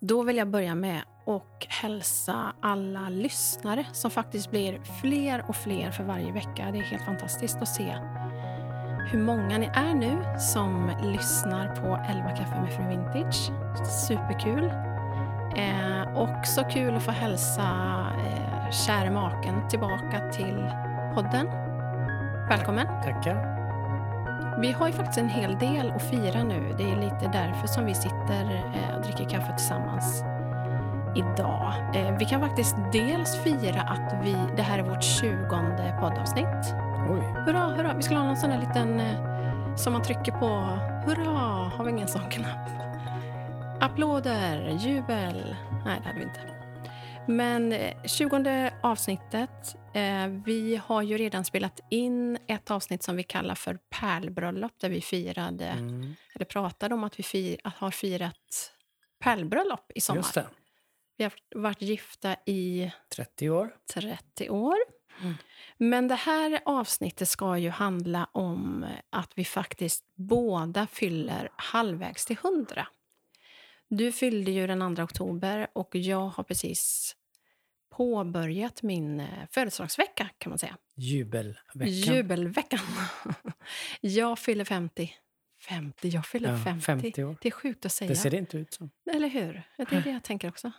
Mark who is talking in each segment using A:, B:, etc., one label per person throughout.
A: Då vill jag börja med och hälsa alla lyssnare som faktiskt blir fler och fler för varje vecka. Det är helt fantastiskt att se hur många ni är nu som lyssnar på 11 kaffe med fru Vintage. Superkul! Eh, också kul att få hälsa eh, käre maken tillbaka till podden. Välkommen!
B: Tackar.
A: Vi har ju faktiskt en hel del att fira nu. Det är lite därför som vi sitter eh, och dricker kaffe tillsammans idag. Eh, vi kan faktiskt dels fira att vi, det här är vårt tjugonde poddavsnitt.
B: Oj.
A: Hurra, hurra! Vi skulle ha någon sån där liten eh, som man trycker på. Hurra! Har vi ingen sån knapp? Applåder, jubel. Nej, det hade vi inte. Men eh, 20 avsnittet. Eh, vi har ju redan spelat in ett avsnitt som vi kallar för pärlbröllop där vi firade,
B: Mm.
A: eller pratade om att vi fir, att har firat pärlbröllop i sommar.
B: Just det.
A: Vi har varit gifta i
B: 30 år.
A: 30 år.
B: Mm.
A: Men det här avsnittet ska ju handla om att vi faktiskt båda fyller halvvägs till 100. Du fyllde ju den 2 oktober och jag har precis påbörjat min eh, födelsedagsvecka kan man säga.
B: Jubelveckan.
A: Jubelveckan. jag fyller 50. 50, jag fyller
B: Ja,
A: 50.
B: 50 år.
A: Det är sjukt att säga.
B: Det ser det inte ut som.
A: Eller hur? Det är det jag tänker också.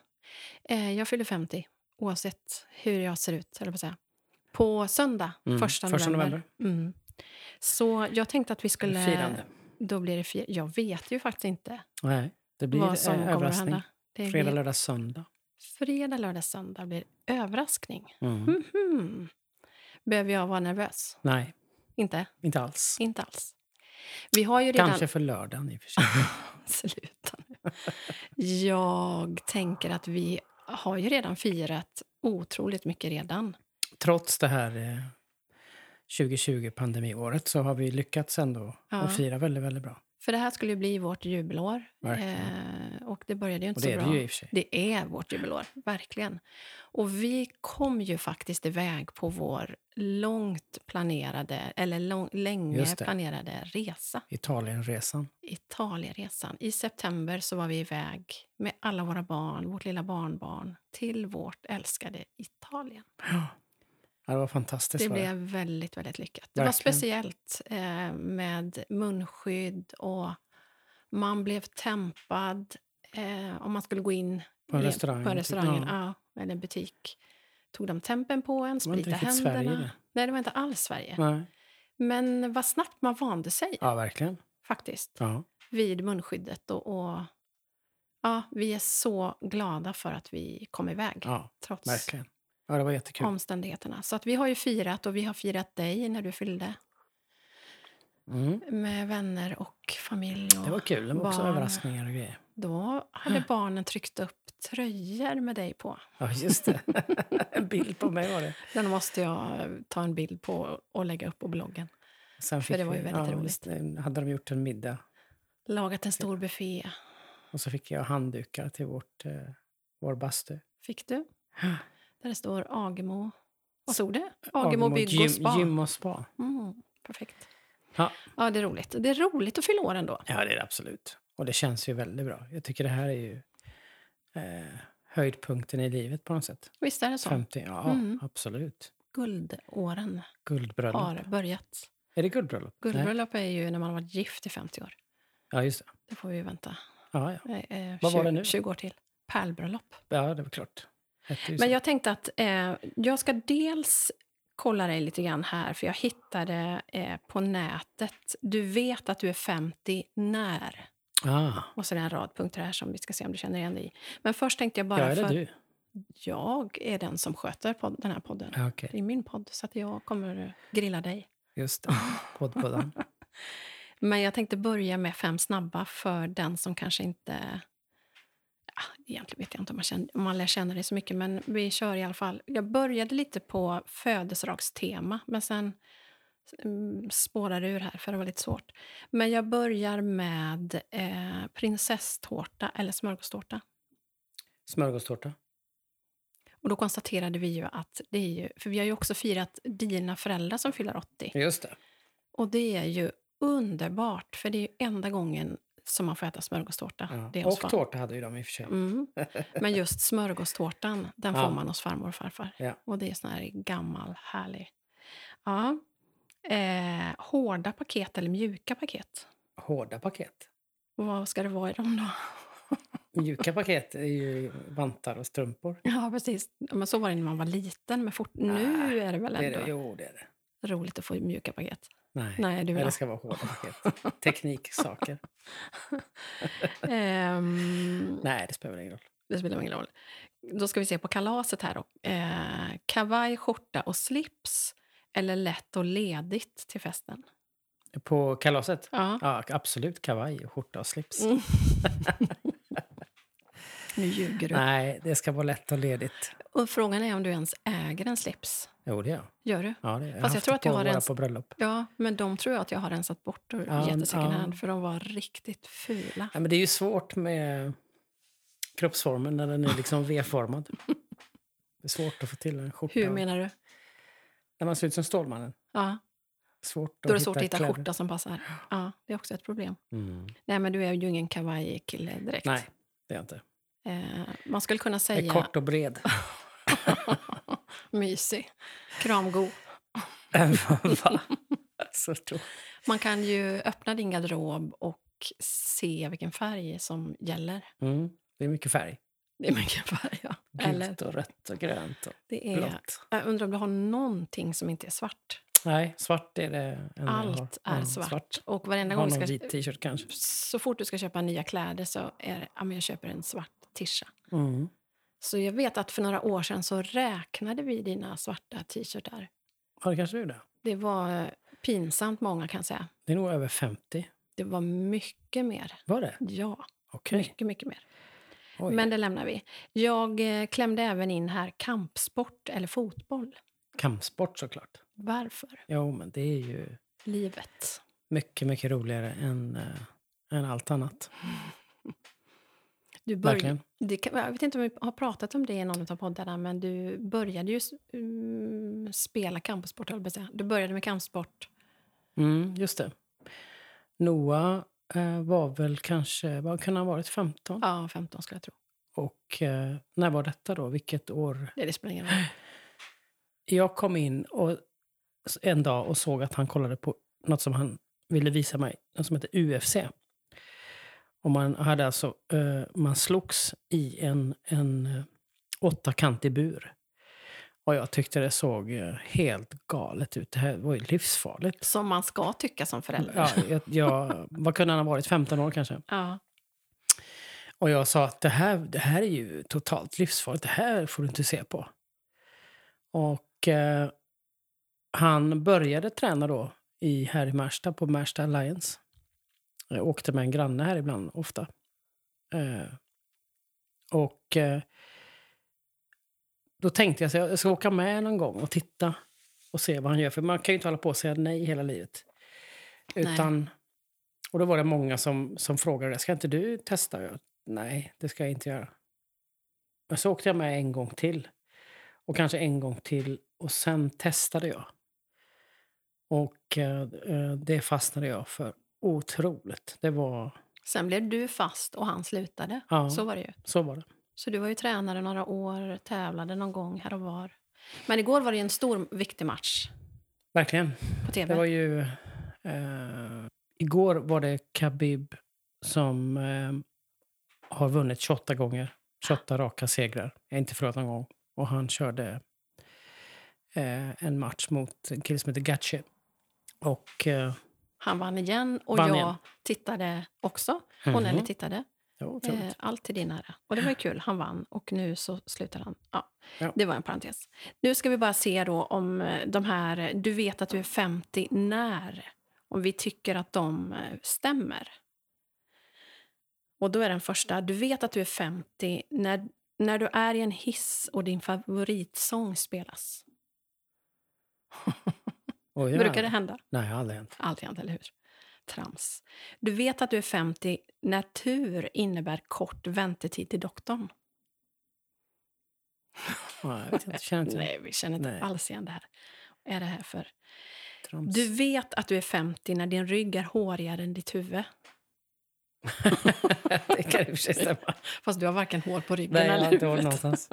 A: Eh, jag fyller 50, oavsett hur jag ser ut. Eller på, säga. på söndag,
B: Mm,
A: första november.
B: första november.
A: Mm. Så jag tänkte att vi skulle...
B: Firande.
A: Då blir det fir- Jag vet ju faktiskt inte
B: Nej, det blir
A: vad som
B: eh,
A: kommer att
B: överraskning.
A: hända. Det
B: Fredag,
A: blir,
B: lördag, söndag.
A: fredag, lördag, söndag blir överraskning.
B: Mm.
A: Mhm. Behöver jag vara nervös?
B: Nej,
A: Inte?
B: inte alls.
A: Inte alls. Vi har ju redan...
B: Kanske för lördagen i och för sig.
A: Sluta nu. Jag tänker att vi har ju redan firat otroligt mycket redan.
B: Trots det här eh, 2020-pandemiåret så har vi lyckats ändå
A: Ja.
B: att fira väldigt, väldigt bra.
A: För det här skulle ju bli vårt jubelår.
B: Verkligen.
A: Eh, och det började ju inte
B: Och
A: så
B: det är
A: bra.
B: det ju i och för sig.
A: Det är vårt jubelår, verkligen. Och vi kom ju faktiskt iväg på vår långt planerade, eller lång, länge
B: Just det.
A: planerade resa.
B: Italienresan.
A: Italienresan. I september så var vi iväg med alla våra barn, vårt lilla barnbarn, till vårt älskade Italien.
B: Ja, det var fantastiskt.
A: Det
B: var det.
A: blev väldigt, väldigt lyckat. Det var
B: Verkligen.
A: speciellt eh, med munskydd och man blev tempad eh, om man skulle gå in
B: På en
A: i-
B: restaurang,
A: på en
B: typ.
A: restaurang,
B: Ja.
A: ja, eller en butik. Tog de tempen på en,
B: Det var inte
A: sprita
B: riktigt Sverige,
A: händerna.
B: det.
A: Nej, det var inte alls Sverige.
B: Nej.
A: Men vad snabbt man vande sig
B: Ja, verkligen.
A: faktiskt
B: Ja.
A: vid munskyddet. Och, och, ja, vi är så glada för att vi kom iväg
B: ja,
A: trots
B: verkligen. Ja, det var jättekul.
A: omständigheterna. Så att vi har ju firat och vi har firat dig när du fyllde.
B: Mm.
A: med vänner och familj. Och
B: Det var kul. Det var också
A: barn.
B: överraskningar och grejer.
A: Då hade barnen tryckt upp tröjor med dig på.
B: Ja, just det. en bild på mig var det.
A: Den måste jag eh, ta en bild på och lägga upp på bloggen.
B: Sen
A: För det var ju
B: vi-
A: väldigt
B: ja,
A: roligt.
B: visst, eh, hade de gjort en middag
A: Lagat en stor buffé.
B: och så fick jag handdukar till vårt, eh, vår bastu.
A: Fick du?
B: Ja.
A: Där det står Agemo. Vad stod det? Agemo bygg
B: gym,
A: och spa.
B: Gym och spa.
A: Mm, perfekt.
B: Ja.
A: Ja, det är roligt. Det är roligt att fylla år ändå.
B: ja, det är det absolut. Och det känns ju väldigt bra. Jag tycker det här är ju eh, höjdpunkten i livet på något sätt.
A: Visst är det så?
B: 50, ja
A: Mm.
B: absolut.
A: Guldåren
B: Guldbröllop.
A: har börjat.
B: Är det guldbröllop? Nej.
A: Guldbröllop är ju när man har varit gift i 50 år.
B: Ja, just det.
A: Det får vi ju vänta
B: Ja, ja.
A: eh, eh,
B: Vad var
A: 20,
B: det nu?
A: 20 år till. Pärlbröllop.
B: ja det var klart. Hette ju så.
A: Men jag tänkte att eh, jag ska dels kolla dig lite grann här, för jag hittade eh, på nätet. Du vet att du är 50 när.
B: ah,
A: Och så är det en rad punkter här som vi ska se om du känner igen dig i. Men först tänkte jag bara
B: ja, är det
A: för
B: du?
A: jag är den som sköter podd, den här podden.
B: Ja, okej.
A: Det är min podd, så att jag kommer grilla dig.
B: Just det. Poddpoddan.
A: Men jag tänkte börja med fem snabba för den som kanske inte... Ja, egentligen vet jag inte om man, känner, om man lär känna det så mycket, men vi kör i alla fall. Jag började lite på födelsedagstema, men sen mm, spårar det ur här, för det var lite svårt. Men jag börjar med eh, prinsesstårta eller smörgåstårta.
B: Smörgåstårta.
A: Och då konstaterade vi ju att det är ju... För vi har ju också firat dina föräldrar som fyller 80.
B: Just det.
A: Och det är ju underbart, för det är ju enda gången som man får äta smörgåstårta.
B: Ja.
A: Det är hos
B: Och
A: farmor.
B: tårta hade ju de i och för sig.
A: Mm. Men just smörgåstårtan, den får
B: Ja.
A: man hos farmor och farfar.
B: Ja.
A: Och det är sån här gammal, härlig. Ja. Eh, hårda paket eller mjuka paket?
B: Hårda paket.
A: Vad ska det vara i dem då?
B: Mjuka paket är ju vantar och strumpor.
A: Ja, precis. Ja, Men så var det när man var liten, men fort, nu
B: Nej,
A: är det väl
B: Det är det.
A: ändå
B: Jo, det är det.
A: roligt att få mjuka paket?
B: Nej.
A: Nej, du
B: Eller
A: vill
B: det ska vara hårda paket. Tekniksaker.
A: ha. Ehm,
B: Nej, det spelar väl ingen roll.
A: Det spelar ingen roll. Då ska vi se på kalaset här då. Eh, kavaj, skjorta och slips. Eller lätt och ledigt till festen.
B: På kalaset?
A: Ja.
B: Ja, absolut kavaj, och skjorta och slips.
A: Mm. Nu ljuger du.
B: Nej, det ska vara lätt och ledigt.
A: Och frågan är om du ens äger en slips.
B: Jo, det gör jag.
A: Gör du?
B: Ja, det gör. jag.
A: Fast jag
B: har haft
A: tror
B: det
A: att jag
B: på
A: har
B: våra
A: ens-
B: på bröllop.
A: Ja, men de tror jag att jag har rensat bort och
B: Ja,
A: gett i second
B: ja.
A: hand. För de var riktigt fula.
B: Ja, men det är ju svårt med kroppsformen när den är liksom V-formad. Det är svårt att få till en skjorta.
A: Hur menar du?
B: När man ser ut som Stålmannen.
A: Ja,
B: Svårt
A: då är det svårt att hitta en
B: kläder.
A: skjorta som passar. Ja, det är också ett problem.
B: Mm.
A: Nej, men du är ju ingen kavajkille direkt.
B: Nej, det är jag inte.
A: Eh, man skulle kunna
B: Jag är
A: säga...
B: kort och bred.
A: Mysig. Kramgo.
B: Va? Så tråkigt.
A: Man kan ju öppna din garderob och se vilken färg som gäller.
B: Mm. Det är mycket färg.
A: Det är mycket färg, ja.
B: Gult
A: Eller
B: och rött och grönt och
A: det är...
B: blått.
A: Jag undrar om du har någonting som inte är svart.
B: Nej, svart är det. enda jag har.
A: Allt är
B: Ja,
A: svart. Och varenda
B: Har
A: gång
B: någon
A: du
B: vit
A: ska...
B: t-shirt kanske.
A: Så fort du ska köpa nya kläder så är det, ja, men jag köper en svart tisha.
B: Mm.
A: Så jag vet att för några år sedan så räknade vi dina svarta t-shirtar.
B: Ja, det kanske är det.
A: Det var eh, pinsamt många kan jag säga.
B: Det är nog över 50.
A: Det var mycket mer.
B: Var det?
A: Ja,
B: Okej.
A: mycket, mycket mer.
B: Oj.
A: Men det lämnar vi. Jag eh, klämde även in här kampsport eller fotboll.
B: Kampsport såklart.
A: Varför?
B: Jo, men det är ju
A: Livet.
B: mycket, mycket roligare än, eh, än allt annat.
A: Du började,
B: Verkligen.
A: det, kan- jag vet inte om vi har pratat om det i någon av poddarna, men du började ju s- mm, spela kampsport, höll jag på att säga. Du började med kampsport.
B: Mm, just det. Noah eh, var väl kanske, vad kan han ha varit, 15?
A: Ja, 15 skulle jag tro.
B: Och eh, när var detta då? Vilket år?
A: Det, det spelar ingen roll.
B: Jag kom in och, en dag och såg att han kollade på något som han ville visa mig, något som heter UFC. Och man hade alltså, eh, man slogs i en, en eh, åttakantig bur. Och jag tyckte det såg eh, helt galet ut. Det här var ju livsfarligt.
A: Som man ska tycka som förälder.
B: Ja, jag, jag, vad kunde han ha varit? 15 år kanske?
A: Ja.
B: Och jag sa att det här, det här är ju totalt livsfarligt. Det här får du inte se på. Och eh, han började träna då i, här i Märsta på Märsta Alliance. Jag Eh, åkte med en granne här ibland, ofta. Eh, och eh, då tänkte jag att jag ska åka med någon gång och titta och se vad han gör. För man kan ju inte hålla på och säga nej hela livet.
A: Nej.
B: Utan, och då var det många som, som frågade, ska inte du testa? Jag, nej, det ska jag inte göra. Men så åkte jag med en gång till. Och kanske en gång till. Och sen testade jag. Och eh, eh, det fastnade jag för otroligt. Det var...
A: Sen blev du fast och han slutade.
B: Ja,
A: Så
B: så,
A: var det ju.
B: var det.
A: Så du var ju tränare några år, tävlade någon gång här och var. Men igår var det ju en stor, viktig match
B: Verkligen.
A: på tv.
B: Det var ju... Eh, igår var det Khabib som eh, har vunnit 28 gånger. 28 raka segrar. Jag har inte förlorat någon gång. Och han körde eh, en match mot en kille som heter Gaethje. Och... Eh,
A: Han vann igen och
B: Vann
A: jag
B: igen.
A: tittade också. Och
B: mhm.
A: Nelly tittade.
B: Det var otroligt.
A: Eh, allt till din ära. Och det var ju kul. Han vann och nu så slutar han. Ja,
B: Ja.
A: Det var en parentes. Nu ska vi bara se då om eh, de här... eh, Du vet att du är 50 när? Om vi tycker att de eh, stämmer. Och då är den första. Du vet att du är 50 när, när du är i en hiss och din favoritsång spelas.
B: Oj, ja.
A: Brukar det hända?
B: Nej, aldrig hänt.
A: Alltid, eller hur? Trams. Du vet att du är 50 när tur innebär kort väntetid till doktorn.
B: Nej, jag vet inte, känner inte
A: Nej, Alltså, vi känner inte
B: Nej.
A: alls igen det här. Vad är det här för?
B: Trams.
A: Du vet att du är 50 när din rygg är hårigare än ditt huvud.
B: det kan i och för sig stämma.
A: Fast du har varken hår på ryggen
B: Nej, jag
A: eller
B: har inte hår
A: huvudet.
B: någonstans.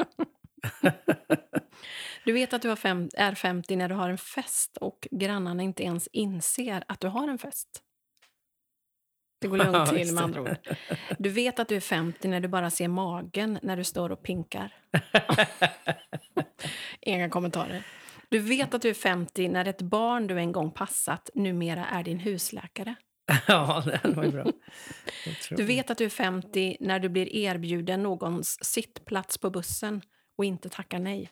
A: Du vet att du har fem, är 50 när du har en fest och grannarna inte ens inser att du har en fest. Det går
B: Ja,
A: lugnt
B: just
A: till
B: det.
A: med andra ord. Du vet att du är 50 när du bara ser magen när du står och pinkar. Inga kommentarer. Du vet att du är 50 när ett barn du en gång passat numera är din husläkare.
B: ja, den var ju bra. Jag tror-
A: Du vet att du är 50 när du blir erbjuden någons sittplats på bussen och inte tackar nej.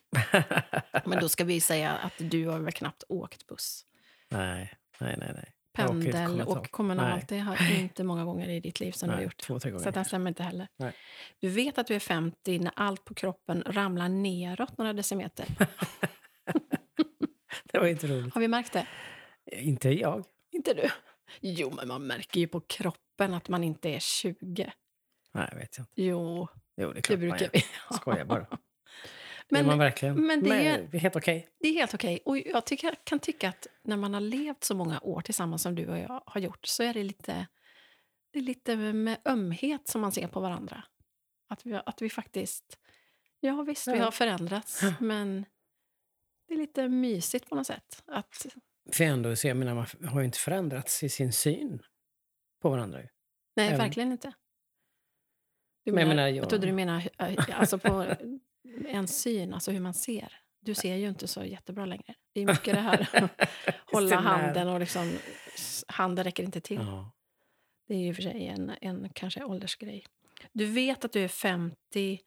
A: Men då ska vi säga att du har väl knappt åkt buss.
B: Nej, nej, nej. nej. Jag åker inte
A: Pendel
B: kollektivt.
A: och kommunalt, det har inte många gånger i ditt liv som du har
B: Nej,
A: gjort.
B: Två, tre gånger.
A: Så att den stämmer inte heller.
B: Nej.
A: Du vet att du är 50 när allt på kroppen ramlar neråt några decimeter.
B: Det var inte roligt.
A: Har vi märkt det?
B: Inte jag.
A: Inte du? Jo, men man märker ju på kroppen att man inte är 20.
B: Nej, vet jag inte.
A: Jo,
B: Jo, det är klart
A: det
B: man
A: brukar
B: gör.
A: vi.
B: Skojar bara. det är
A: Men
B: man verkligen.
A: men det är-
B: Men, helt okej.
A: Det är helt okej. Och jag tycker, kan tycka att när man har levt så många år tillsammans som du och jag har gjort så är det lite, det är lite med ömhet som man ser på varandra. Att vi, att vi faktiskt... Ja, visst, vi
B: Ja.
A: har förändrats, men det är lite mysigt på något sätt. Att,
B: För jag ändå, så jag menar, man har ju inte förändrats i sin syn på varandra. ju.
A: nej,
B: Även-
A: verkligen inte. Du
B: Men jag
A: menar,
B: menar,
A: jag
B: jag-
A: trodde du menar eh, alltså på en syn, alltså hur man ser. Du ser ju inte så jättebra längre. Det är mycket det här hålla
B: Stämmer.
A: handen och liksom... s- Handen räcker inte till.
B: Ja.
A: Det är ju i och för sig en, en kanske åldersgrej. Du vet att du är 50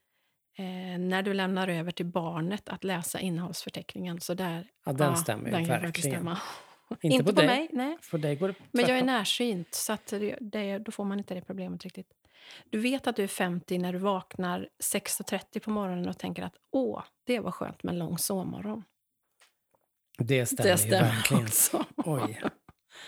A: eh, när du lämnar över till barnet att läsa innehållsförteckningen. Så där,
B: ja, den
A: ja,
B: stämmer
A: den
B: ju
A: kan faktiskt
B: verkligen.
A: stämma.
B: Inte, på, dig.
A: mig, nej.
B: För dig går det
A: Men jag är
B: tvärtom.
A: närsynt, så att det, det, då får man inte det problemet riktigt. Du vet att du är 50 när du vaknar 6.30 på morgonen och tänker att åh, det var skönt med en lång sovmorgon.
B: Det stämmer,
A: det
B: ju
A: stämmer
B: verkligen.
A: också.
B: Oj.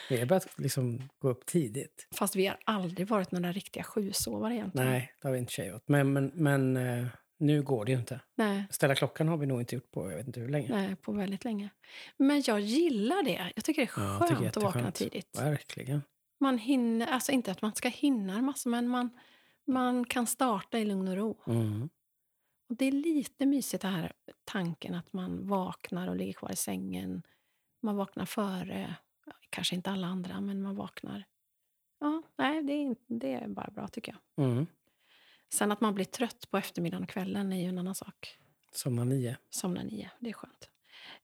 B: Vi har börjat liksom gå upp tidigt.
A: Fast vi har aldrig varit några riktiga sjusovare egentligen.
B: Nej, det har vi inte tjejat. Men, men, men eh, nu går det ju inte.
A: nej.
B: Ställa klockan har vi nog inte gjort på jag vet inte hur länge.
A: Nej, på väldigt länge. Men jag gillar det. Jag tycker det är
B: Ja, jag
A: skönt
B: tycker
A: att vakna
B: jätteskönt.
A: tidigt.
B: Verkligen.
A: Man hinner, alltså inte att man ska hinna en massa, men man, man kan starta i lugn och ro.
B: Mm.
A: Och det är lite mysigt det här tanken att man vaknar och ligger kvar i sängen. Man vaknar före, ja, kanske inte alla andra, men man vaknar. Ja, nej, det är, inte- det är bara bra tycker jag.
B: Mm.
A: Sen att man blir trött på eftermiddagen och kvällen är ju en annan sak.
B: Somnar nio.
A: somna nio. Det är skönt.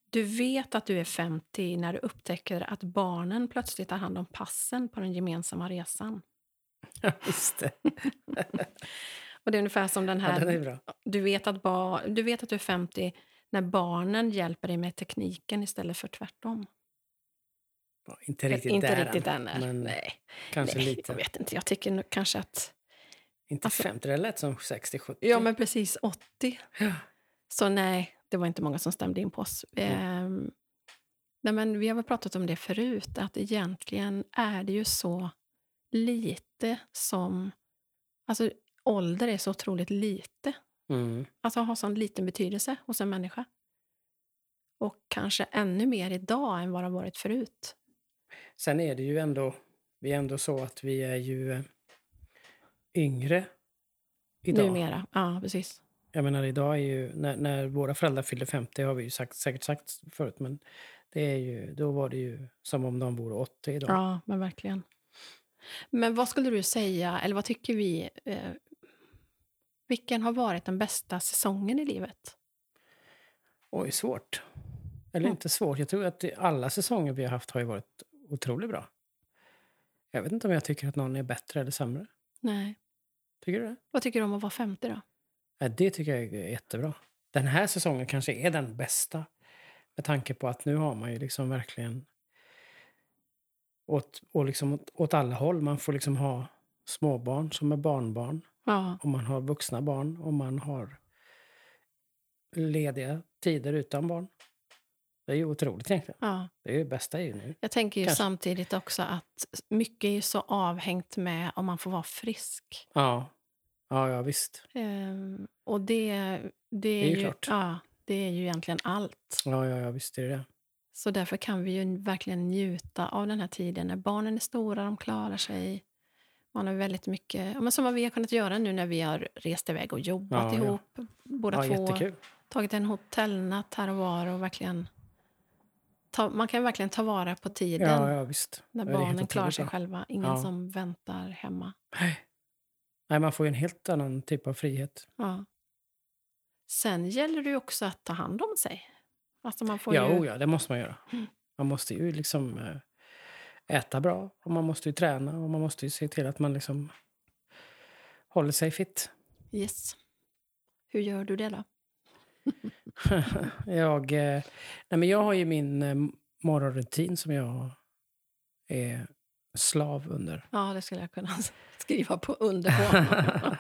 A: Du vet att du är 50 när du upptäcker att barnen plötsligt tar hand om passen på den gemensamma resan.
B: Ja, Just det.
A: Och det är ungefär som den
B: Ja,
A: här...
B: den är bra.
A: du, vet att ba, du vet att du är 50 när barnen hjälper dig med tekniken istället för tvärtom.
B: Ja, Inte riktigt
A: inte
B: där
A: riktigt
B: än,
A: än. är.
B: Men
A: nej,
B: kanske
A: nej,
B: lite.
A: jag vet inte. Jag tycker nog kanske att...
B: Inte
A: Alltså-
B: 50, det lät som 60-70.
A: Ja, men precis 80. Så nej, det var inte många som stämde in på oss. Ehm, nej, men vi har väl pratat om det förut, att egentligen är det ju så lite som... Alltså ålder är så otroligt lite.
B: Mm.
A: Alltså har sån liten betydelse hos en människa. Och kanske ännu mer idag än vad det har varit förut.
B: Sen är det ju ändå, vi är ändå så att vi är ju eh, yngre idag.
A: Numera. Ja, precis.
B: Jag menar idag är ju, när, när våra föräldrar fyllde 50 har vi ju sagt, säkert sagt förut, men det är ju, då var det ju som om de vore 80 idag.
A: Ja, men verkligen. Men vad skulle du säga, eller vad tycker vi, eh, vilken har varit den bästa säsongen i livet?
B: Oj, svårt. Eller
A: Mm.
B: inte svårt. Jag tror att det- alla säsonger vi har haft har ju varit otroligt bra. Jag vet inte om jag tycker att någon är bättre eller sämre.
A: Nej.
B: Tycker du det?
A: Vad tycker du om att vara 50 då?
B: Ja, det tycker jag är jättebra. Den här säsongen kanske är den bästa. Med tanke på att nu har man ju liksom verkligen åt, och liksom åt, åt alla håll. Man får liksom ha småbarn som är barnbarn.
A: Ja,
B: Om man har vuxna barn. Om man har lediga tider utan barn. Det är ju otroligt egentligen.
A: ja.
B: Det är ju det bästa är ju nu.
A: Jag tänker ju
B: Kanske.
A: samtidigt också att mycket är ju så avhängt med om man får vara frisk.
B: Ja, ja, ja visst.
A: Ehm, och det, det,
B: är ju klart.
A: Ja, det är ju egentligen allt.
B: Ja, ja, ja visst är det det.
A: Så därför kan vi ju verkligen njuta av den här tiden när barnen är stora, de klarar sig. Man har väldigt mycket, ja, men som vad vi har kunnat göra nu när vi har rest iväg och jobbat
B: Ja, ja.
A: ihop. Båda
B: ja,
A: två.
B: jättekul.
A: Tagit en hotellnatt här och var och verkligen... Ta, man kan verkligen ta vara på tiden
B: Ja, ja, visst.
A: när
B: Det är helt
A: barnen klarar
B: otroligt
A: sig
B: bra.
A: själva. Ingen
B: Ja.
A: som väntar hemma.
B: Nej. Nej, man får ju en helt annan typ av frihet.
A: Ja. Sen gäller det ju också att ta hand om sig. Alltså man får
B: Ja,
A: ju...
B: oh ja, det måste man göra.
A: Mm.
B: Man måste ju liksom eh, äta bra och man måste ju träna och man måste ju se till att man liksom håller sig fit.
A: Yes. Hur gör du det då?
B: jag, eh, nej men jag har ju min eh, morgonrutin som jag är slav under.
A: Ja, det skulle jag kunna skriva på under på.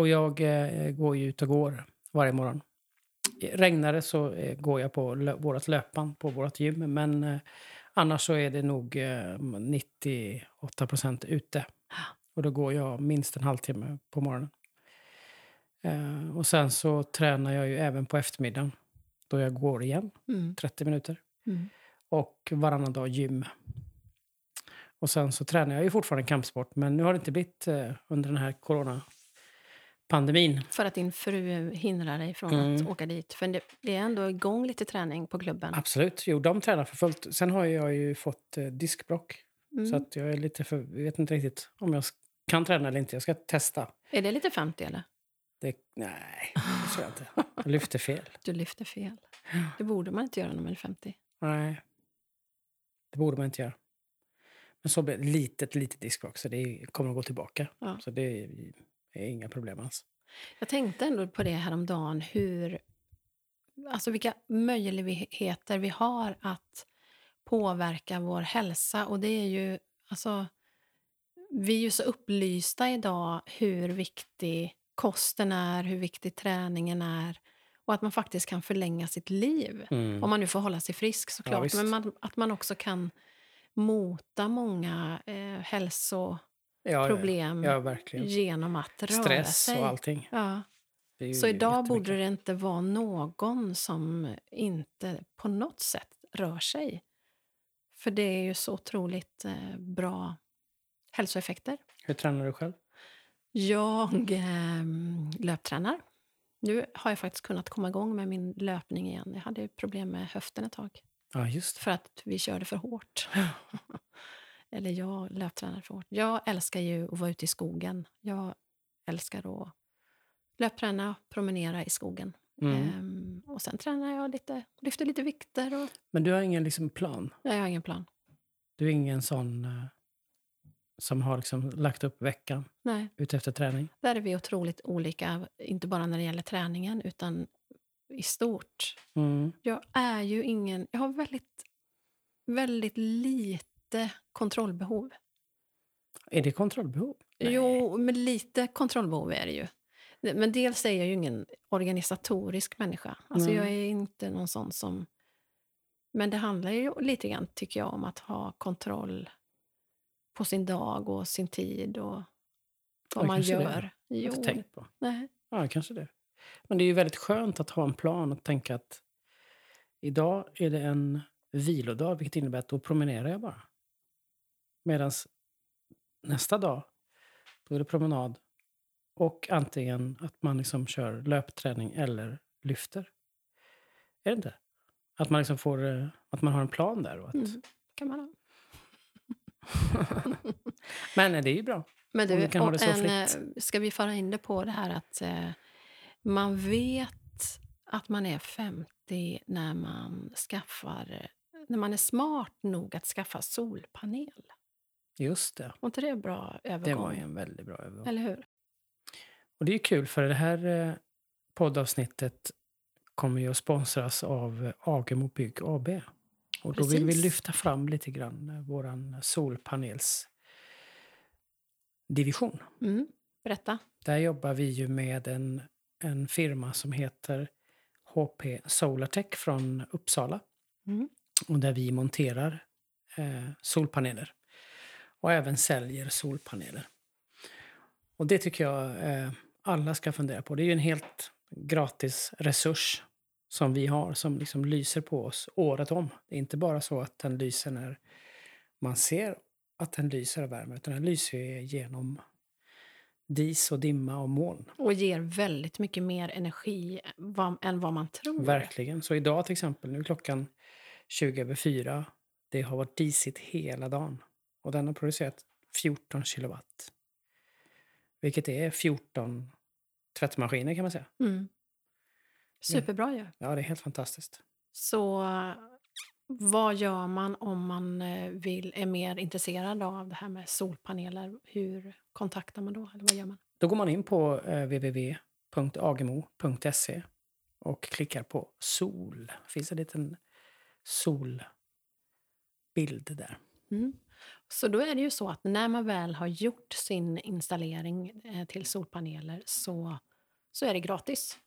B: och jag eh, går ju ut och går varje morgon. Regnar det så eh, går jag på lö- vårt löpband på vårt gym. Men eh, annars så är det nog eh, 98 procent ute. Och då går jag minst en halvtimme på morgonen. Eh, och sen så tränar jag ju även på eftermiddagen. Då jag går igen,
A: Mm.
B: 30 minuter.
A: Mm.
B: Och varannan dag gym. Och sen så tränar jag ju fortfarande kampsport. Men nu har det inte blivit eh, under den här coronapandemin.
A: För att din fru hindrar dig från
B: Mm.
A: att åka dit. För det, det är ändå igång lite träning på klubben.
B: Absolut. Jo, de tränar för fullt. Sen har jag ju fått eh, diskbråck.
A: Mm.
B: Så att jag är lite för, jag vet inte riktigt om jag s- kan träna eller inte. Jag ska testa.
A: Är det lite 50 eller?
B: Det, nej, det ska jag inte. Jag lyfter fel.
A: Du lyfter fel. Det borde man inte göra när man är 50.
B: Nej, det borde man inte göra. Men så blir det litet, litet diskbråck. Så det kommer att gå tillbaka.
A: Ja.
B: Så det är, är inga problem alls.
A: Jag tänkte ändå på det här om dagen hur... Alltså vilka möjligheter vi har att påverka vår hälsa. Och det är ju... Alltså, vi är ju så upplysta idag hur viktig kosten är, hur viktig träningen är och att man faktiskt kan förlänga sitt liv.
B: Mm.
A: Om man nu får hålla sig frisk
B: Ja,
A: såklart.
B: visst.
A: men man, att man också kan mota många eh, hälsoproblem
B: ja, Ja, ja, verkligen.
A: genom att Mm. röra
B: Stress
A: sig.
B: och allting.
A: Ja.
B: Det är ju
A: Så idag
B: jättemycket.
A: borde det inte vara någon som inte på något sätt rör sig. För det är ju så otroligt eh, bra hälsoeffekter.
B: Hur tränar du själv?
A: Jag eh, löptränar. Nu har jag faktiskt kunnat komma igång med min löpning igen. Jag hade ju problem med höften ett tag
B: Ja, just det.
A: för att vi körde för hårt. Eller jag löptränar för hårt. Jag älskar ju att vara ute i skogen. Jag älskar att löpträna, promenera i skogen.
B: Mm.
A: Ehm, och sen tränar jag lite, lyfter lite vikter. Och,
B: Men du har ingen liksom, plan?
A: nej, jag har ingen plan.
B: Du är ingen sån eh, som har liksom lagt upp veckan
A: Nej,
B: utefter träning?
A: där är vi otroligt olika, inte bara när det gäller träningen utan i stort.
B: Mm.
A: Jag är ju ingen... Jag har väldigt, väldigt lite kontrollbehov.
B: Är det kontrollbehov? Nej.
A: Jo, men lite kontrollbehov är det ju. Men dels är jag ju ingen organisatorisk människa. Alltså
B: Nej.
A: jag är inte någon sån som... Men det handlar ju lite grann, tycker jag, om att ha kontroll på sin dag och sin tid och vad
B: Ja,
A: man
B: kanske det.
A: gör.
B: Jag
A: Jo,
B: har inte tänkt på.
A: nej.
B: Ja, kanske det. Men det är ju väldigt skönt att ha en plan och tänka att idag är det en vilodag, vilket innebär att då promenerar jag bara. Medan nästa dag, då är det promenad och antingen att man liksom kör löpträning eller lyfter. Är det inte? Att man liksom får, eh, att man har en plan där. Och att,
A: Mm, kan man ha.
B: Men nej, det är ju bra.
A: Men
B: Om
A: du,
B: du kan ha
A: och
B: det så
A: en, eh,
B: fritt.
A: ska vi föra in det på det här att eh, man vet att man är 50 när man skaffar när man är smart nog att skaffa solpanel.
B: Just det.
A: Var inte det en bra
B: Det
A: övergång?
B: var ju en väldigt bra övergång.
A: Eller hur?
B: Och det är ju kul för det här eh, poddavsnittet kommer ju att sponsras av eh, Agemo Bygg AB. Och då vill vi
A: Precis.
B: lyfta fram lite grann eh, våran solpanelsdivision.
A: Mm. Berätta.
B: Där jobbar vi ju med en, en firma som heter HP Solartech från Uppsala.
A: Mm.
B: Och där vi monterar eh, solpaneler. Och även säljer solpaneler. Och det tycker jag eh, alla ska fundera på. Det är ju en helt gratis resurs som vi har som liksom lyser på oss året om. Det är inte bara så att den lyser när man ser att den lyser av värme, utan den lyser ju genom dis och dimma och moln.
A: Och ger väldigt mycket mer energi vad, än vad man tror.
B: Verkligen. Så idag till exempel, nu är klockan 20 över 4. Det har varit disigt hela dagen. Och den har producerat 14 kilowatt. Vilket är 14 tvättmaskiner kan man säga.
A: Mm. Superbra ju.
B: Ja, det är helt fantastiskt.
A: Så eh, vad gör man om man eh, vill, är mer intresserad av det här med solpaneler? Hur kontaktar man då? Eller vad gör man?
B: Då går man in på eh, www.agemo.se e och klickar på sol. Det finns en liten solbild där.
A: Mm. Så då är det ju så att när man väl har gjort sin installering eh, till solpaneler så, så är det gratis.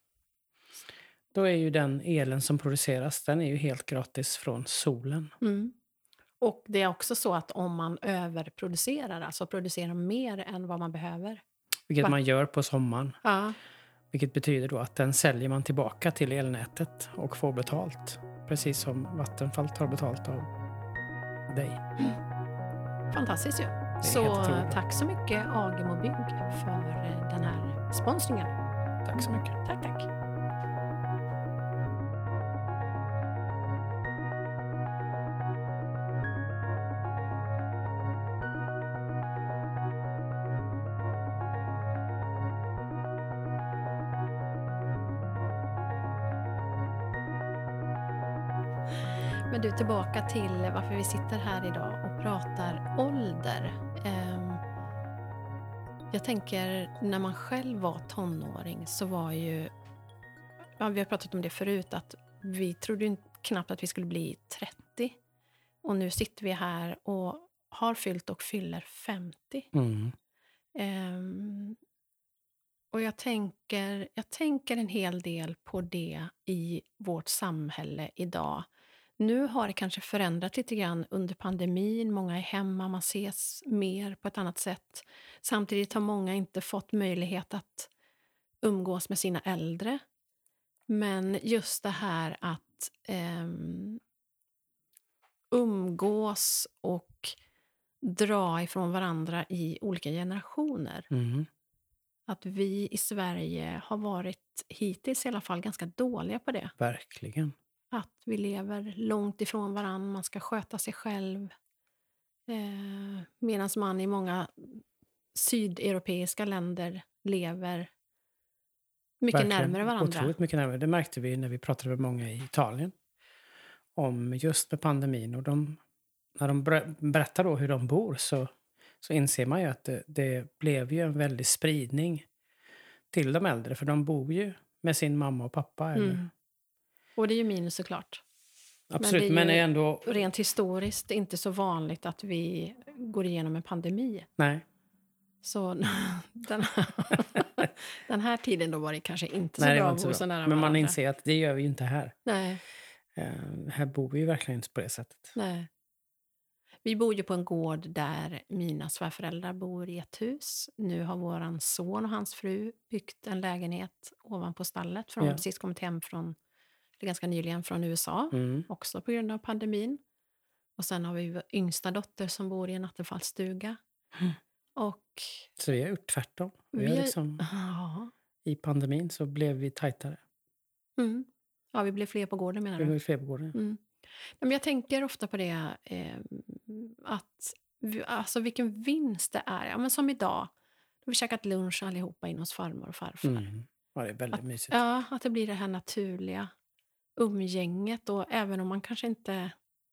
B: Då är ju den elen som produceras den är ju helt gratis från solen.
A: Mm. Och det är också så att om man överproducerar, alltså producerar mer än vad man behöver.
B: Vilket
A: Va?
B: man gör på sommaren.
A: Ja.
B: Vilket betyder då att den säljer man tillbaka till elnätet och får betalt. Precis som Vattenfall tar betalt av dig.
A: Fantastiskt ju.
B: är
A: Så
B: helt otroligt.
A: tack så mycket Agemo Bygg för eh, den här sponsringen.
B: Tack så mycket.
A: Tack, tack. Men du, tillbaka till varför vi sitter här idag och pratar ålder. Ehm, jag tänker, när man själv var tonåring så var ju... Ja, vi har pratat om det förut, att vi trodde ju knappt att vi skulle bli 30. Och nu sitter vi här och har fyllt och fyller 50.
B: Mm.
A: Ehm, och jag tänker, jag tänker en hel del på det i vårt samhälle idag. Nu har det kanske förändrats lite grann under pandemin. Många är hemma, man ses mer på ett annat sätt. Samtidigt har många inte fått möjlighet att umgås med sina äldre. Men just det här att ehm, umgås och dra ifrån varandra i olika generationer.
B: Mm.
A: Att vi i Sverige har varit, hittills i alla fall, ganska dåliga på det.
B: Verkligen.
A: Att vi lever långt ifrån varandra, man ska sköta sig själv. Eh, Medan man i många sydeuropeiska länder lever mycket
B: Verkligen.
A: närmare varandra.
B: Otroligt mycket närmare. Det märkte vi när vi pratade med många i Italien om just med pandemin. Och de, när de ber- berättar då hur de bor så, så inser man ju att det, det blev ju en väldig spridning till de äldre. För de bor ju med sin mamma och pappa. Eller,
A: Mm. Och det är ju minus såklart.
B: Absolut,
A: det är
B: men,
A: ju-
B: är ändå...
A: Rent historiskt inte så vanligt att vi går igenom en pandemi.
B: Nej,
A: Så den här, den här tiden då var det kanske inte så
B: nej det
A: bra
B: var
A: att
B: inte
A: bo
B: så
A: så nära
B: bra. Men man
A: varandra.
B: inser att det gör vi ju inte här.
A: Nej,
B: Eh, här bor vi ju verkligen inte på det sättet.
A: nej. Vi bor ju på en gård där mina svärföräldrar bor i ett hus. Nu har våran son och hans fru byggt en lägenhet ovanpå stallet. För de har
B: Ja.
A: precis kommit hem från, eller ganska nyligen från USA.
B: Mm.
A: också på grund av pandemin. Och sen har vi vår yngsta dotter som bor i en attefallsstuga.
B: Mm.
A: Och
B: Så vi har gjort tvärtom. Vi
A: Vi
B: har
A: har-
B: liksom,
A: ja,
B: I pandemin så blev vi tajtare.
A: mm. ja, vi blev fler på gården menar
B: Vi var
A: du?
B: i Febergården.
A: Mm. Ja, Men jag tänker ofta på det eh, att vi, alltså vilken vinst det är. Ja, men som idag, då har vi käkat lunch allihopa in hos farmor och farfar.
B: Mm. Ja, det är väldigt mysigt.
A: Ja, att det blir det här naturliga umgänget. Och även om man kanske inte...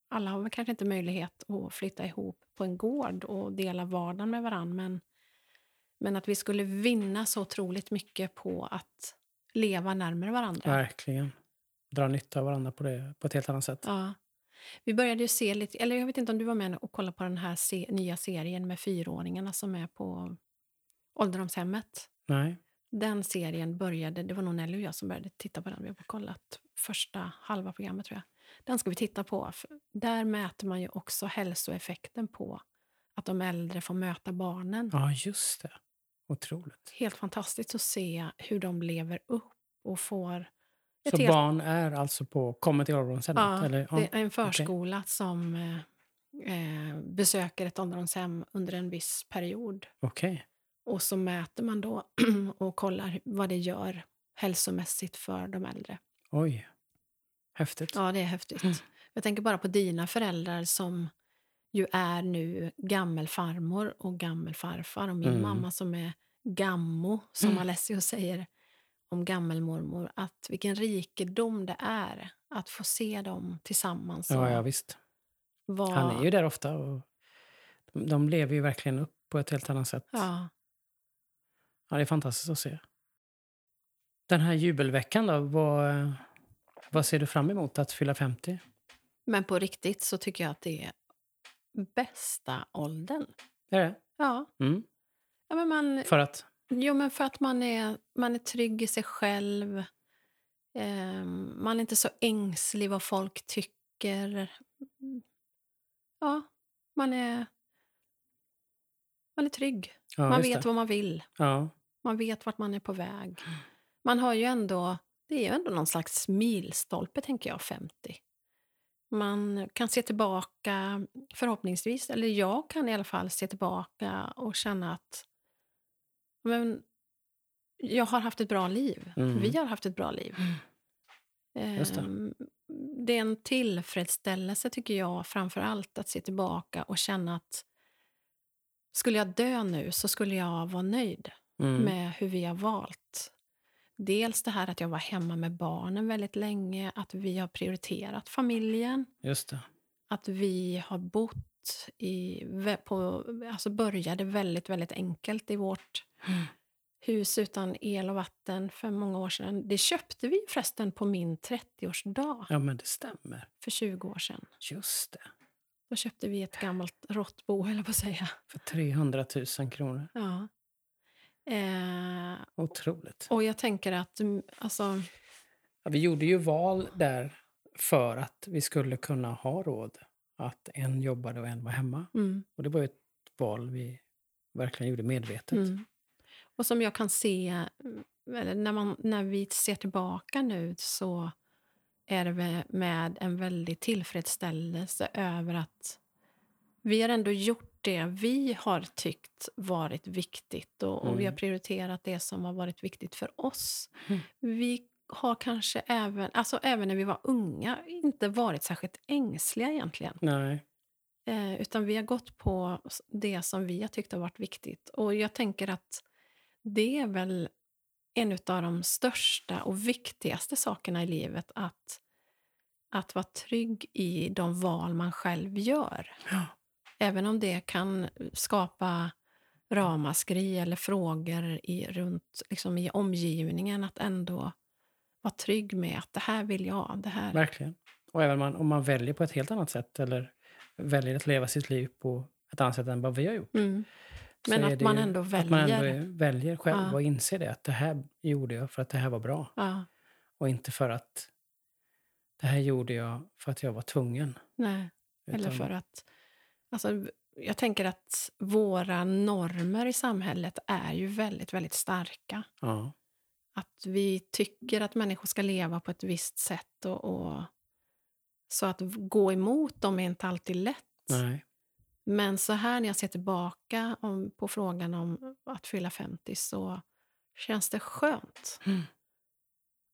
A: Alla har väl kanske inte möjlighet att flytta ihop på en gård och dela vardagen med varandra. Men, men att vi skulle vinna så otroligt mycket på att leva närmare varandra.
B: Verkligen. Dra nytta av varandra på, det, på ett helt annat sätt.
A: Ja. Vi började ju se lite... Eller jag vet inte om du var med och kollade på den här se, nya serien med fyraåringarna som är på ålderdomshemmet.
B: Nej.
A: Den serien började, det var nog Nelly och jag som började titta på den. Vi har kollat första halva programmet tror jag. Den ska vi titta på. för Där mäter man ju också hälsoeffekten på att de äldre får möta barnen.
B: Ja, just det. Otroligt.
A: Helt fantastiskt att se hur de lever upp och får ett
B: Så
A: helt
B: barn är alltså på, kommer till ålderdomshemmet?
A: Ja,
B: eller?
A: det är en förskola som eh, eh, besöker ett ålderdomshem under en viss period.
B: Okej.
A: Och så mäter man då och kollar vad det gör hälsomässigt för de äldre.
B: Oj. Häftigt.
A: Ja, det är häftigt.
B: Mm.
A: Jag tänker bara på dina föräldrar som ju är nu gammelfarmor och gammelfarfar och min
B: Mm.
A: mamma som är gammo, som
B: Mm.
A: Alessio säger om gammelmormor. Att vilken rikedom det är att få se dem tillsammans.
B: Ja,
A: och
B: ja, visst.
A: vara-
B: Han är ju där ofta. Och de, de lever ju verkligen upp på ett helt annat sätt.
A: Ja,
B: Ja, det är fantastiskt att se. Den här jubelveckan då, vad, vad ser du fram emot att fylla 50?
A: men på riktigt så tycker jag att det är bästa åldern.
B: Är det?
A: Ja,
B: Mm.
A: ja men man,
B: För att?
A: Jo, men för att man är, man är trygg i sig själv. Ehm, man är inte så ängslig vad folk tycker. Mm. Ja, man är, man är trygg.
B: Ja,
A: man
B: just
A: vet
B: det.
A: vad man vill.
B: Ja,
A: Man vet vart man är på väg. Man har ju ändå, det är ju ändå någon slags milstolpe, tänker jag, 50. Man kan se tillbaka, förhoppningsvis, eller jag kan i alla fall se tillbaka och känna att men, jag har haft ett bra liv.
B: Mm.
A: Vi har haft ett bra liv.
B: Just det.
A: Ehm, det är en tillfredsställelse, tycker jag, framför allt att se tillbaka och känna att skulle jag dö nu så skulle jag vara nöjd
B: mm.
A: med hur vi har valt. Dels det här att jag var hemma med barnen väldigt länge, att vi har prioriterat familjen,
B: just det.
A: att vi har bott i, vä- på, alltså började väldigt, väldigt enkelt i vårt
B: Mm.
A: hus utan el och vatten för många år sedan. Det köpte vi förresten på min 30-årsdag
B: Ja, men det stämmer.
A: för 20 år sedan.
B: Just det.
A: Då köpte vi ett gammalt råttbo, höll jag på att säga.
B: För 300 000 kronor.
A: Ja. Eh,
B: Otroligt.
A: och jag tänker att, mm, alltså,
B: Ja, vi gjorde ju val där för att vi skulle kunna ha råd att en jobbade och en var hemma.
A: mm.
B: Och det var ju ett val vi verkligen gjorde medvetet.
A: Mm. Och som jag kan se, mm, eller när, man, när vi ser tillbaka nu så är det väl med en väldig tillfredsställelse över att vi har ändå gjort det vi har tyckt varit viktigt och, och vi har
B: Mm.
A: prioriterat det som har varit viktigt för oss.
B: Mm.
A: Vi har kanske även, alltså även när vi var unga, inte varit särskilt ängsliga egentligen.
B: Nej.
A: Eh, utan vi har gått på s- det som vi har tyckt har varit viktigt. Och jag tänker att det är väl en av de största och viktigaste sakerna i livet. Att, att vara trygg i de val man själv gör.
B: Ja.
A: Även om det kan skapa ramaskri eller frågor i, runt, liksom i omgivningen. Att ändå vara trygg med att det här vill jag. Det här.
B: Verkligen. Och även man, om man väljer på ett helt annat sätt eller väljer att leva sitt liv på ett annat sätt än vad vi har gjort.
A: Mm.
B: så
A: Men
B: är
A: att
B: det
A: man
B: ju-
A: ändå väljer.
B: Att man ändå är- väljer själv
A: Ja.
B: och inser det. Att det här gjorde jag för att det här var bra.
A: ja,
B: Och inte för att det här gjorde jag för att jag var tvungen.
A: nej. Eller
B: Utan-
A: för att... Alltså, jag tänker att våra normer i samhället är ju väldigt, väldigt starka.
B: Ja.
A: Att vi tycker att människor ska leva på ett visst sätt. Och, och, så att v- gå emot dem är inte alltid lätt.
B: Nej.
A: Men så här när jag ser tillbaka om, på frågan om att fylla 50 så känns det skönt
B: Mm.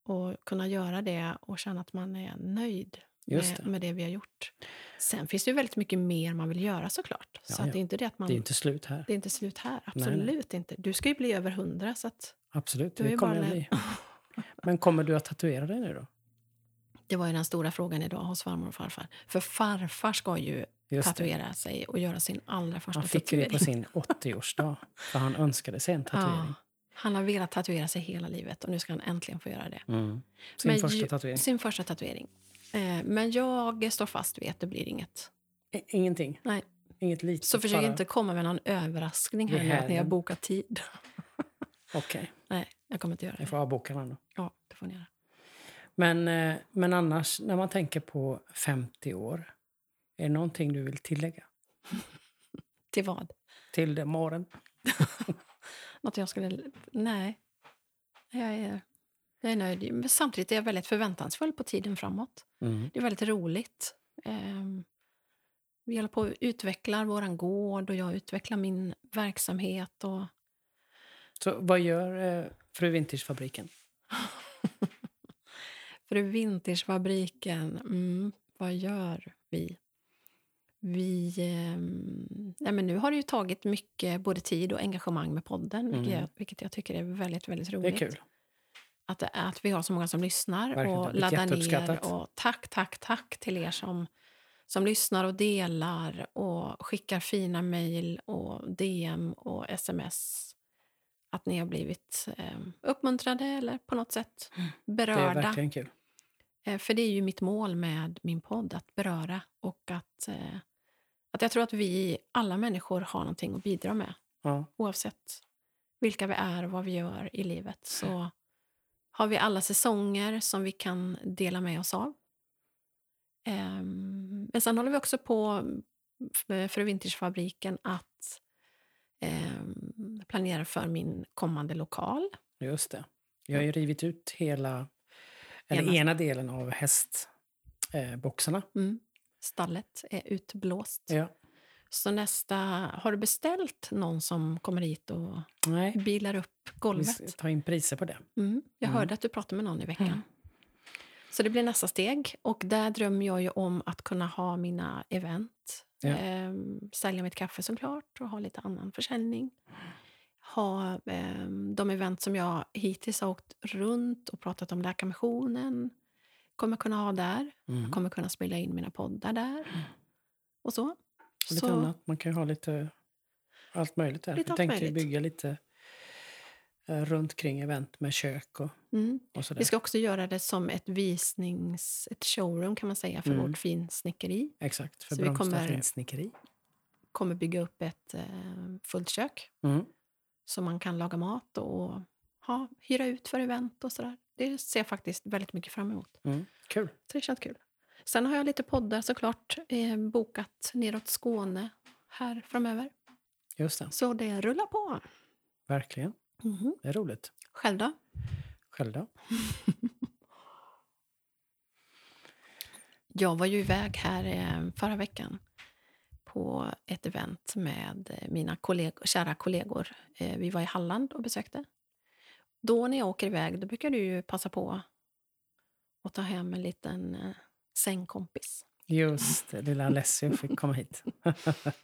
A: att kunna göra det och känna att man är nöjd
B: Just
A: med,
B: det.
A: med det vi har gjort. Sen finns det ju väldigt mycket mer man vill göra såklart. så
B: Ja,
A: att
B: ja.
A: det är inte det att man...
B: Det är inte slut här.
A: det är inte slut här.
B: nej.
A: Absolut inte. Du ska ju bli över hundra så att...
B: Absolut,
A: Du är
B: det kommer
A: bara
B: jag
A: en-
B: bli. Men kommer du att tatuera dig nu då?
A: Det var ju den stora frågan idag hos farmor och farfar. För farfar ska ju
B: Just det.
A: tatuera sig och göra sin allra första
B: Han fick ju det
A: tatuering.
B: på sin 80-årsdag. För han önskade sig en tatuering.
A: ja. Han har velat tatuera sig hela livet och nu ska han äntligen få göra det.
B: Mm. Sin
A: Men
B: första
A: ju-
B: tatuering.
A: Sin första tatuering. Eh, Men jag står fast vid att det blir inget.
B: I- E, Ingenting.
A: Nej.
B: Inget litet.
A: Så försök
B: bara-
A: inte komma med någon överraskning här
B: Det
A: nu
B: här
A: att ni har
B: den.
A: bokat tid.
B: Okej,
A: Nej, jag kommer inte göra
B: jag
A: det.
B: får avboka den då.
A: Ja, det får ni göra.
B: Men, eh, men annars, när man tänker på 50 år, är det någonting du vill tillägga
A: Till vad?
B: till den morgon?
A: Något jag skulle... Nej. Jag är, jag är nöjd. Men samtidigt är jag Mm. väldigt förväntansfull på tiden framåt. Det är väldigt roligt. Ehm, Vi håller på att utveckla vår gård och jag utvecklar min verksamhet. Och
B: Så vad gör eh, Fru Vintagefabriken?
A: för vintagefabriken, mm, vad gör vi? Vi, ehm, nej men nu har det ju tagit mycket både tid och engagemang med podden, vilket,
B: Mm.
A: jag, vilket jag tycker är väldigt, väldigt
B: Det
A: roligt.
B: är kul.
A: att, det är, att vi har så många som lyssnar
B: Verkligen, det har
A: och
B: blivit
A: laddar
B: jätteuppskattat.
A: ner. Och tack, tack, tack till er som, som lyssnar och delar och skickar fina mejl och DM och sms. Att ni har blivit eh, uppmuntrade eller på något sätt
B: Mm. Det är
A: berörda.
B: verkligen kul.
A: Eh, För det är ju mitt mål med min podd, att beröra och att, eh, att jag tror att vi alla människor har någonting att bidra med
B: Ja.
A: oavsett vilka vi är och vad vi gör i livet så har vi alla säsonger som vi kan dela med oss av. Ehm, men sen håller vi också på f- för Vintagefabriken att ehm, planera för min kommande lokal.
B: Just det. Jag har ju rivit ut hela, eller
A: Ena.
B: ena, delen av hästboxarna. Eh, boxarna.
A: Mm. Stallet är utblåst.
B: ja.
A: Så nästa... Har du beställt någon som kommer hit och
B: Nej,
A: bilar upp golvet?
B: vi ta in priser på det.
A: Mm. Jag
B: Mm.
A: hörde att du pratade med någon i veckan.
B: Mm.
A: Så det blir nästa steg. Och där drömmer jag ju om att kunna ha mina event.
B: Ja.
A: Ehm, sälja mitt kaffe såklart och ha lite annan försäljning. Ha ehm, de event som jag hittills har åkt runt och pratat om Läkarmissionen. Kommer kunna ha där.
B: Mm.
A: Kommer kunna spela in mina poddar där. Och så.
B: Och lite
A: Så-
B: annat. Man kan ju ha lite allt möjligt där.
A: Lite
B: Vi
A: allt
B: tänkte ju
A: möjligt.
B: bygga lite eh, runt kring event med kök och,
A: Mm.
B: och sådär.
A: Vi ska också göra det som ett visnings... Ett showroom kan man säga för
B: Mm.
A: vårt finsnickeri.
B: Exakt, för
A: så vi
B: Bromsta
A: kommer-
B: finns snickeri.
A: kommer bygga upp ett eh, fullt kök
B: Mm.
A: så man kan laga mat och ha, hyra ut för event och sådär. Det ser jag faktiskt väldigt mycket fram emot.
B: Mm. Kul.
A: Så det känns kul. Sen har jag lite poddar såklart eh, bokat neråt Skåne här framöver.
B: Just det,
A: Så det rullar på.
B: verkligen. Det är roligt.
A: Själv då?
B: Själv då?
A: Jag var ju iväg här eh, förra veckan på ett event med eh, mina kollegor, kära kollegor. Eh, Vi var i Halland och besökte. Då när jag åker iväg då brukar du ju passa på att ta hem en liten eh, sängkompis
B: Just det, lilla Alessio fick komma hit.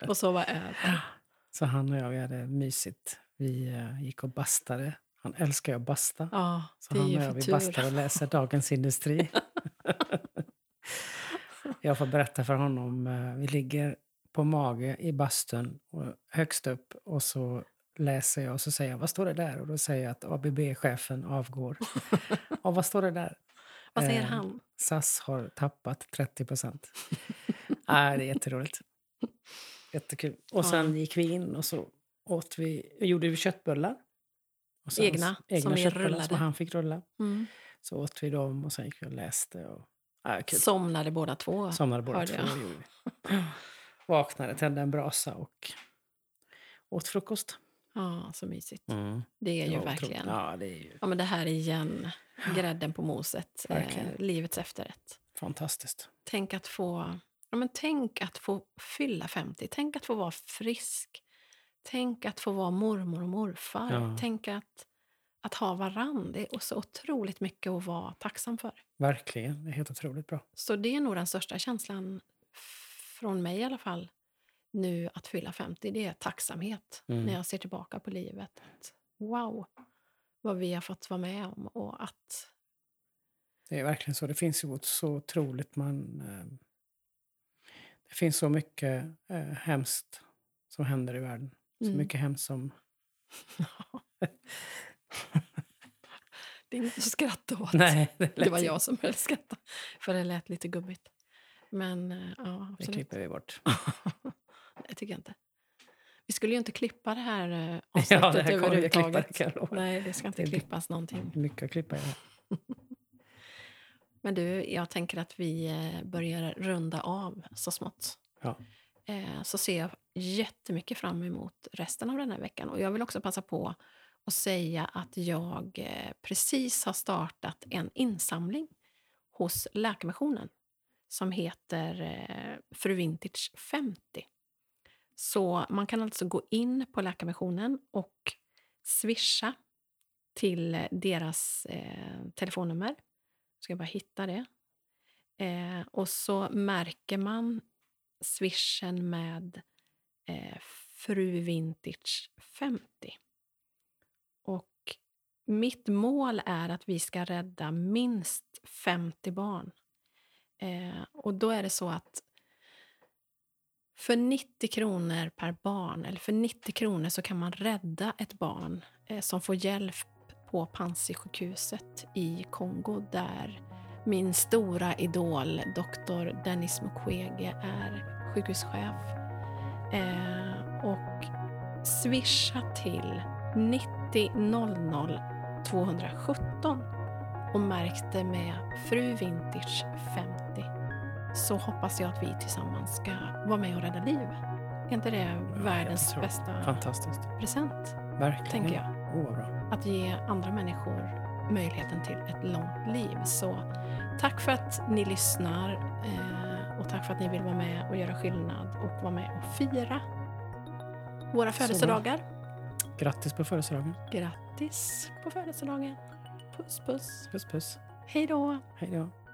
A: och sova över.
B: Så han och jag, vi hade mysigt. Vi eh, gick och bastade. Han älskar ju att basta.
A: Ja,
B: Så
A: det är
B: han
A: ju
B: och jag,
A: för
B: vi
A: tur.
B: bastar och läser Dagens Industri. jag får berätta för honom. eh, Vi ligger på mage i bastun, och högst upp, och så läser jag och så säger jag, vad står det där? Och då säger jag att ABB-chefen avgår. och vad står det där?
A: Vad säger
B: Eh,
A: han?
B: SAS har tappat 30 procent. ah, det är jätteroligt. Jättekul. Och sen
A: Ja.
B: gick vi in och så åt vi, gjorde vi köttbullar. Och sen-
A: Egna, som vi
B: köttbullar
A: rullade.
B: Som han fick rulla.
A: Mm.
B: Så åt vi dem och sen gick vi och läste. Och, ah, kul.
A: Somnade båda två.
B: Somnade båda
A: hörde
B: två.
A: jag.
B: gjorde vi. Vaknade, tände en brasa och åt frukost.
A: Ja, så mysigt. Mm. Det är
B: Det
A: ju
B: var otroligt.
A: verkligen...
B: Ja, det är ju
A: Ja, men det här igen. Grädden på moset. Eh,
B: Verkligen.
A: livets efterrätt.
B: fantastiskt.
A: Tänk att få... Ja, men tänk att få fylla 50. Tänk att få vara frisk. Tänk att få vara mormor och morfar.
B: Ja.
A: Tänk att, att ha varann. Det är så otroligt mycket att vara tacksam för.
B: Verkligen. Det är helt otroligt bra.
A: Så det är nog den största känslan, f- från mig i alla fall, nu att fylla 50. Det är tacksamhet
B: Mm.
A: när jag ser tillbaka på livet. Att, wow, vad vi har fått vara med om och att
B: Det är verkligen så. Det finns ju så otroligt man... Eh, det finns så mycket eh, hemskt som händer i världen. Så
A: Mm.
B: mycket hemskt som...
A: Det är inget att skratta åt.
B: Nej, det,
A: det
B: lät-
A: var jag som började skratta, för det lät lite gubbigt. Men eh, ja,
B: Det
A: absolut.
B: klipper vi bort.
A: Det tycker jag inte. Vi skulle ju inte klippa det här eh, avsnittet
B: ja, det här kommer vi att klippa, det
A: överhuvudtaget.
B: kan jag lova.
A: Nej, det ska inte
B: Det blir-
A: klippas någonting.
B: Mycket att klippa i det här.
A: Men du, jag tänker att vi eh, börjar runda av så smått.
B: Ja.
A: Eh, Så ser jag jättemycket fram emot resten av den här veckan. Och jag vill också passa på att säga att jag eh, precis har startat en insamling hos Läkarmissionen som heter eh, Fru Vintage 50. Så man kan alltså gå in på Läkarmissionen och swisha till deras eh, telefonnummer. Ska jag bara hitta det. Eh, och så märker man swishen med eh, Fru Vintage 50. Och mitt mål är att vi ska rädda minst 50 barn. Eh, och då är det så att för 90 kronor per barn, eller för 90 kronor så kan man rädda ett barn eh, som får hjälp på Panzisjukhuset i Kongo där min stora idol, doktor Dennis Mukwege, är sjukhuschef. Eh, och swisha till 90 00 217 och märkte med Fru Vintage 50 så hoppas jag att vi tillsammans ska vara med och rädda liv. Är inte det världens
B: tror-
A: bästa
B: Fantastiskt.
A: present,
B: Verkligen.
A: tänker jag?
B: Åh, vad bra.
A: att ge andra människor möjligheten till ett långt liv. Så tack för att ni lyssnar eh, och tack för att ni vill vara med och göra skillnad och vara med och fira våra
B: Så bra.
A: födelsedagar.
B: Grattis på födelsedagen.
A: Grattis på födelsedagen. Puss puss.
B: Puss, puss.
A: Hej då.
B: Hej då.